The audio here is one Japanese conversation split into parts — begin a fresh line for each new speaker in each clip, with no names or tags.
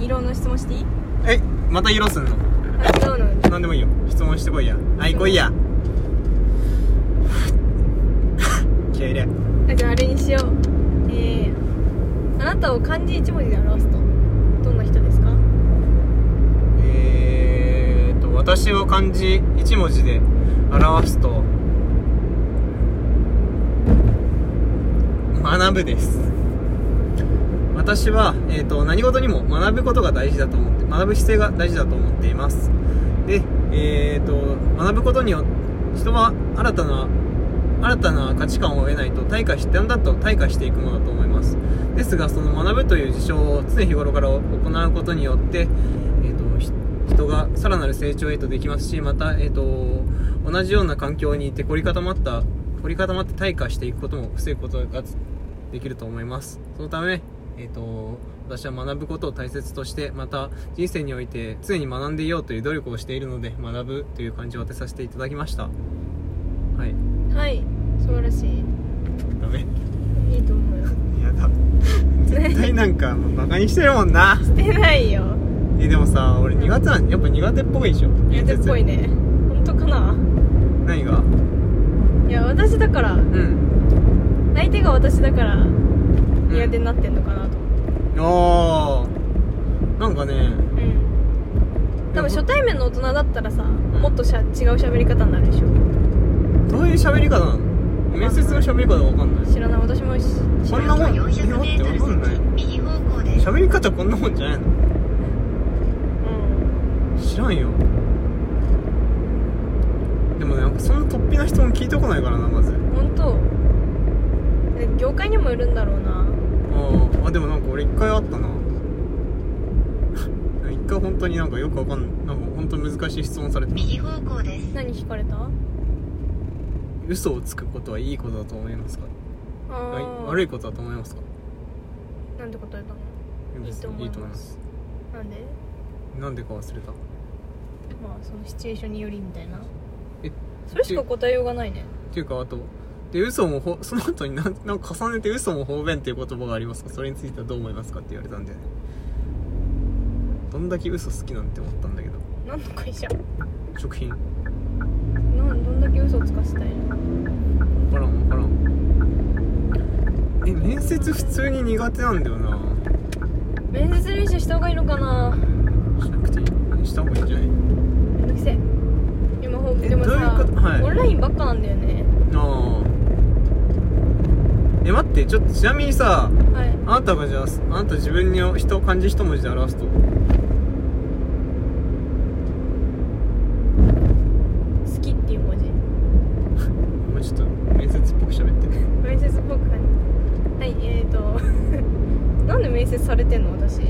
異論の質問していい
えまた色すんの
あ違うの
なんでもいいよ質問してこいやはいこいや 気合い入れ
あじゃああれにしようえー、あなたを漢字一文字で表すとどんな人ですか
えーっと私を漢字一文字で表すと学ぶです私は、えー、と何事にも学ぶことが大事だと思って学ぶ姿勢が大事だと思っていますで、えー、と学ぶことによって人は新たな新たな価値観を得ないと退化してだんだんと退化していくものだと思いますですがその学ぶという事象を常日頃から行うことによって、えー、とひ人がさらなる成長へとできますしまた、えー、と同じような環境にいて凝り固まった凝り固まって退化していくことも防ぐことができると思いますそのため、えー、と私は学ぶことを大切としてまた人生において常に学んでいようという努力をしているので学ぶという感じを当てさせていただきましたはい
はい素晴らしい
ダメ
いいと思うよ
や だ絶対なんかもうバカにしてるもんな
してないよ
えでもさ俺苦手なんやっぱ苦手っぽいでしょ
苦手っぽいね本当かな
何が
いや私だから
うん
相手が私だから苦手になってんのかなと思って
あーなんかね
うん多分初対面の大人だったらさもっとしゃ違う喋り方になるでしょ
どういう喋り方なの面接の喋り方が分かんない
知らない私もし知
こ
ら
んな
ない
もん
400
日本
メ
って
ート
分
ル
かんない
先右方向です。
喋り方こんなもんじゃないの
うん
知らんよでもねなんかそんな突飛な質問聞いてこないからなまず
本当え業界にもよるんだろうな
あーあでもなんか俺一回あったな 一回本当になんかよくわかんないなんか本当難しい質問されて
右方向です。
何惹かれたあ
嘘をつくことはいいことだと思いますかはい
ー
悪いことだと思いますか
なんて答えたのいいと思いますなんで
なんでか忘れたっ
まあそのシチュエーションによりみたいな
え
それしか答えようがないね
ていうかあとで嘘もほ その後になんなんか重ねて嘘も方便っていう言葉がありますかそれについてはどう思いますかって言われたんだよねどんだけ嘘好きなんて思ったんだけど
何の会社
食品
なんどんだけ嘘をつかせたいの
分からん分からんえ面接普通に苦手なんだよな
面接練習した方がいいのかな
しなくていいした方がいいんじゃない
めんどくせえ今ほ
え
でも
どういう
さ
ことはい
オンラインばっかなんだよね
あーえ待ってちょっとちなみにさ
はい
あなたがじゃああなた自分の人を漢字一文字で表すと
好きっていう文字
お前ちょっと面接っぽく喋ってる
面接っぽく感じはいえーと なんで面接されてんの私ム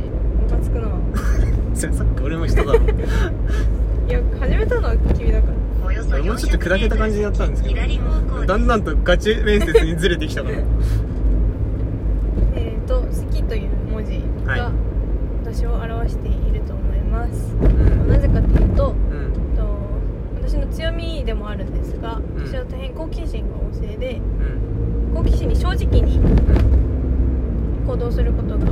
カつくな
それさっき俺も人だろ
いや始めたのは君だから
およそ
俺
400メートル。
もうちょっと砕けた感じでやったんですけ
左方向
ど
です。
だんだんとガチ面接にずれてきたから
えーと好きという文字
は
が
い
私を表していると思います、
うん
なぜかというと
うん
と私の強みでもあるんですが
ん
私は大変好奇心が旺盛で
うん
好奇心に正直に行動することが多い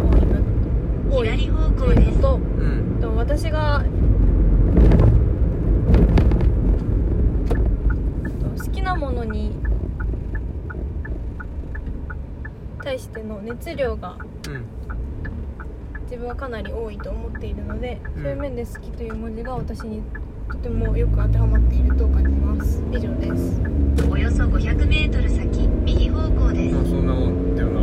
な多い
左方
と
向
い
で
うの
す。
と
うん
と私がと好きなものに対しての熱量が
うん
自分はかなり多いと思っているので、
うん
そういう面で好きという文字が私にとてもよく当てはまっていると感じます以上です
およそ500メートル先右方向です
ま。あそんなもんだよな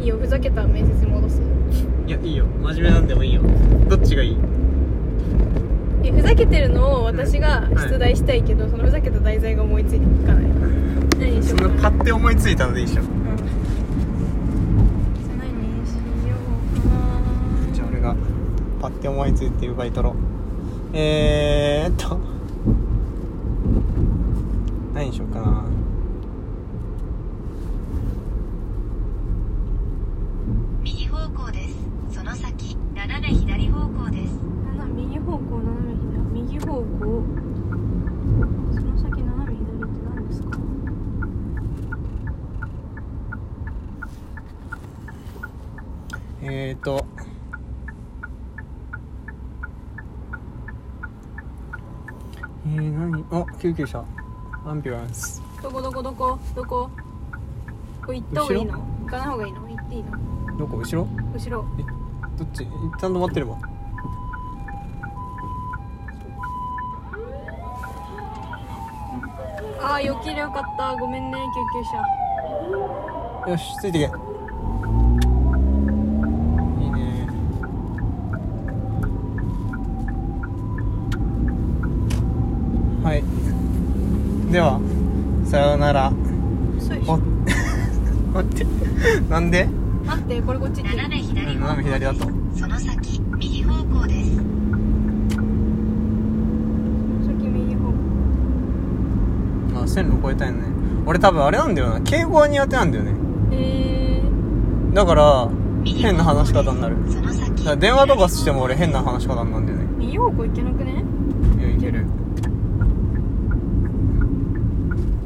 い
いよふざけた面接に戻す
いやいいよ真面目なんでもいいよどっちがいい
いやふざけてるのを私が出題したいけど、そのふざけた題材が思いついていかない何にし
そ
よ
ん
う
な
か
パ
な
ッて思いついたのでいいでしょ
うん何にしようかな
じゃあ俺がパッて思いついて奪い取ろうえー、っと何にしようかな
右方向です。その先斜め左方向です。
斜め右方向斜め左右方向その先斜め左って何ですか
えー、っとえー、何あ救急車アンビュランス
どこどこどこどここれ行った方がいいの行かない方がいいの行っていいの
どこ後ろ
後ろ
どっち一旦止まってれば
ああよけりゃよかったごめんね救急車
よしついてけいいねはいではさようなら
そうでし
お
ょ
待ってなんで
待ってこれこっち行って
斜め左方向です
斜め左だと
その先右方向です
先右方向
あ線路越えたいね俺多分あれなんだよな敬語は苦手なんだよね
えー、
だから
右
変な話し方になる
その
だ
先
から電話とかしても俺変な話し方になるんだよね
右方向行けなくね
いやいける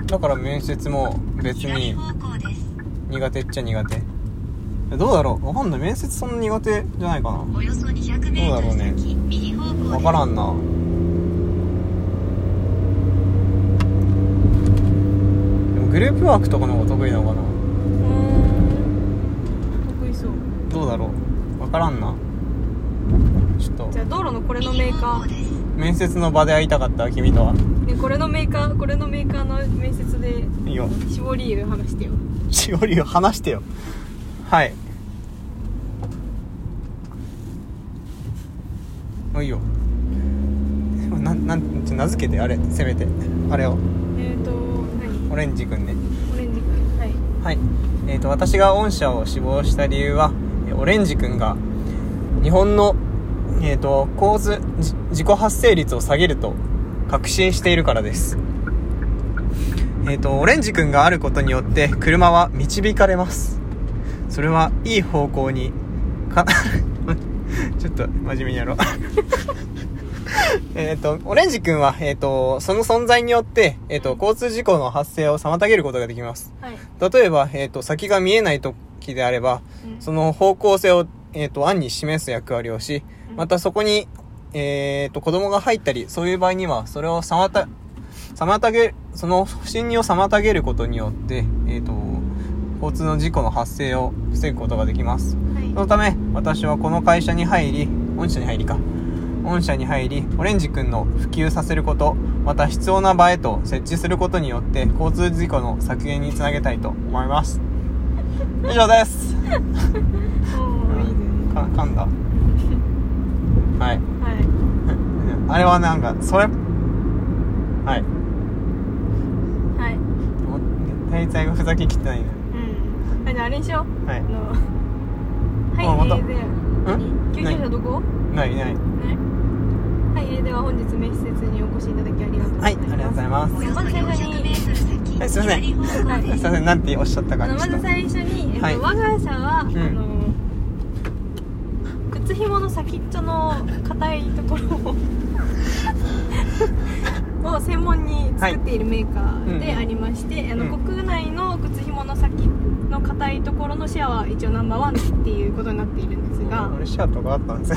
だから面接も別
左
に
方向です
苦手っちゃ苦手えどうだろうわかんない面接そんな苦手じゃないか
およそ200メ
どう
ー
だ
ト
ろう
ル
ね
先、右方向です
なわからんなでもグループワークとかの方が得意なのかな
うーん得意そう
どうだろうわからんなちょっと
じゃあ道路のこれのメ
右
ー
方
カ
向です
面接の場で会いたかった君とは
ー、ね、これのメーカーこれのメーカーの面接で
いいよ
絞り湯話してよ
しおりを話してよはいもういいよなんなんちょ名付けてあれせめてあれを
えっ、ー、と何
オレンジくんね
オレンジくんはい
はいえー、と私が御社を志望した理由はえーオレンジくんが日本の、えー、と構図じ自己発生率を下げると確信しているからですえっ、とオレンジくんがあることによって車は導かれますそれはいい方向にか ちょっと真面目にやろう えっとオレンジくんは、えー、とその存在によって、えー、と交通事故の発生を妨げることができます
はい
例えば、えー、と先が見えない時であれば
うん
その方向性を、えー、と案に示す役割をし
うん
またそこに、えー、と子供が入ったりそういう場合にはそれを妨妨げその不審にを妨げることによって、えー、と交通の事故の発生を防ぐことができます
はい
そのため私はこの会社に入り御社に入りか御社に入りオレンジ君の普及させることまた必要な場へと設置することによって交通事故の削減につなげたいと思います以上です
おーいいね
か噛んだは
は
い
い
あれはなんかそれはい
はい
もう大体がふざけきってないね
うんあじゃああれにしよう
はい
あの
あ
は
ま
い、
た
えー、で
ん
救急車どこ
ないない
ねはい、えー、では本日面接にお越しいただきありがとうご
は
ざ
いあ
います
りがとうございます
およそ400メートル先、
はいすいません
左方向です
すいませんなんておっしゃった
あ
か
のま
ちょ
ず
っと
最初に、えっと
はい
我が社は、
ん
あの靴ひもの先っちょの硬いとこ ろをを専門に作っているメーカーでありまして、あの
うん
国内の靴ひもの先の硬いところのシェアは一応ナンバーワンっていうことになっているんですが
俺シャートがあったんです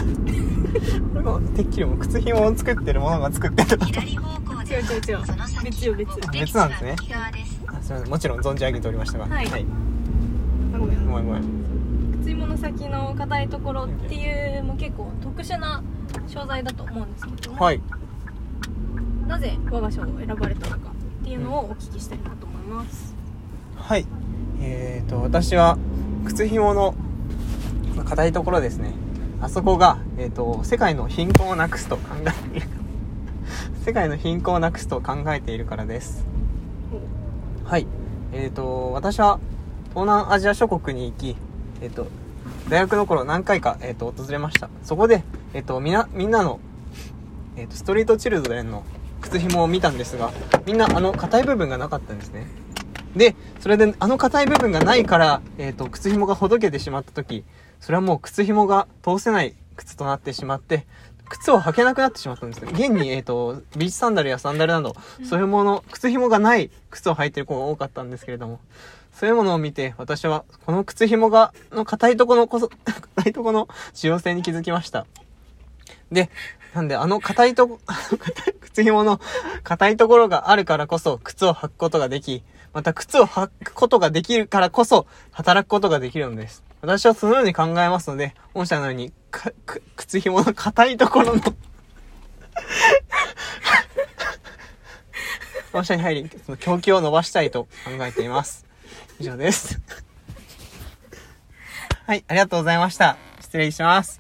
よ 俺がてっきりもう靴紐を作ってるものが作ってた
左方向
違う
で
違う違う
その先
別よ別
目的地
別なんですね
は右側です
あすいませんもちろん存じ上げておりましたが
はい
はい、
あごめん
ごめんごめん
靴ひもの先の硬いところっていうもう結構特殊な商材だと思うんですけども、
はい
なぜ我が社を選ばれたのかっていうのをお聞きしたいなと思います、
はいえー、と私は靴紐の硬いところですねあそこが、えー、と世界の貧困をなくすと考えている 世界の貧困をなくすと考えているからですはいえー、と私は東南アジア諸国に行きえっ、と大学の頃何回か、えー、と訪れましたそこで、えー、とみなみんなの、えー、とストリートチルドレンの靴紐を見たんですがみんなあの硬い部分がなかったんですねでそれであの硬い部分がないから、えー、と靴紐がほどけてしまった時それはもう靴紐が通せない靴となってしまって靴を履けなくなってしまったんですね現に、えー、とビーチサンダルやサンダルなどそういうもの靴紐がない靴を履いてる子が多かったんですけれどもそういうものを見て、私は、この靴紐が、の硬いとこのこそ、硬いとこの使用性に気づきました。で、なんで、あの硬いとこ、 あの硬い靴紐の硬いところがあるからこそ、靴を履くことができ、また靴を履くことができるからこそ、働くことができるのです。私はそのように考えますので、御社のように、か、く、靴紐の硬いところの、御社に入り、その供給を伸ばしたいと考えています。以上です。はい、ありがとうございました。失礼します。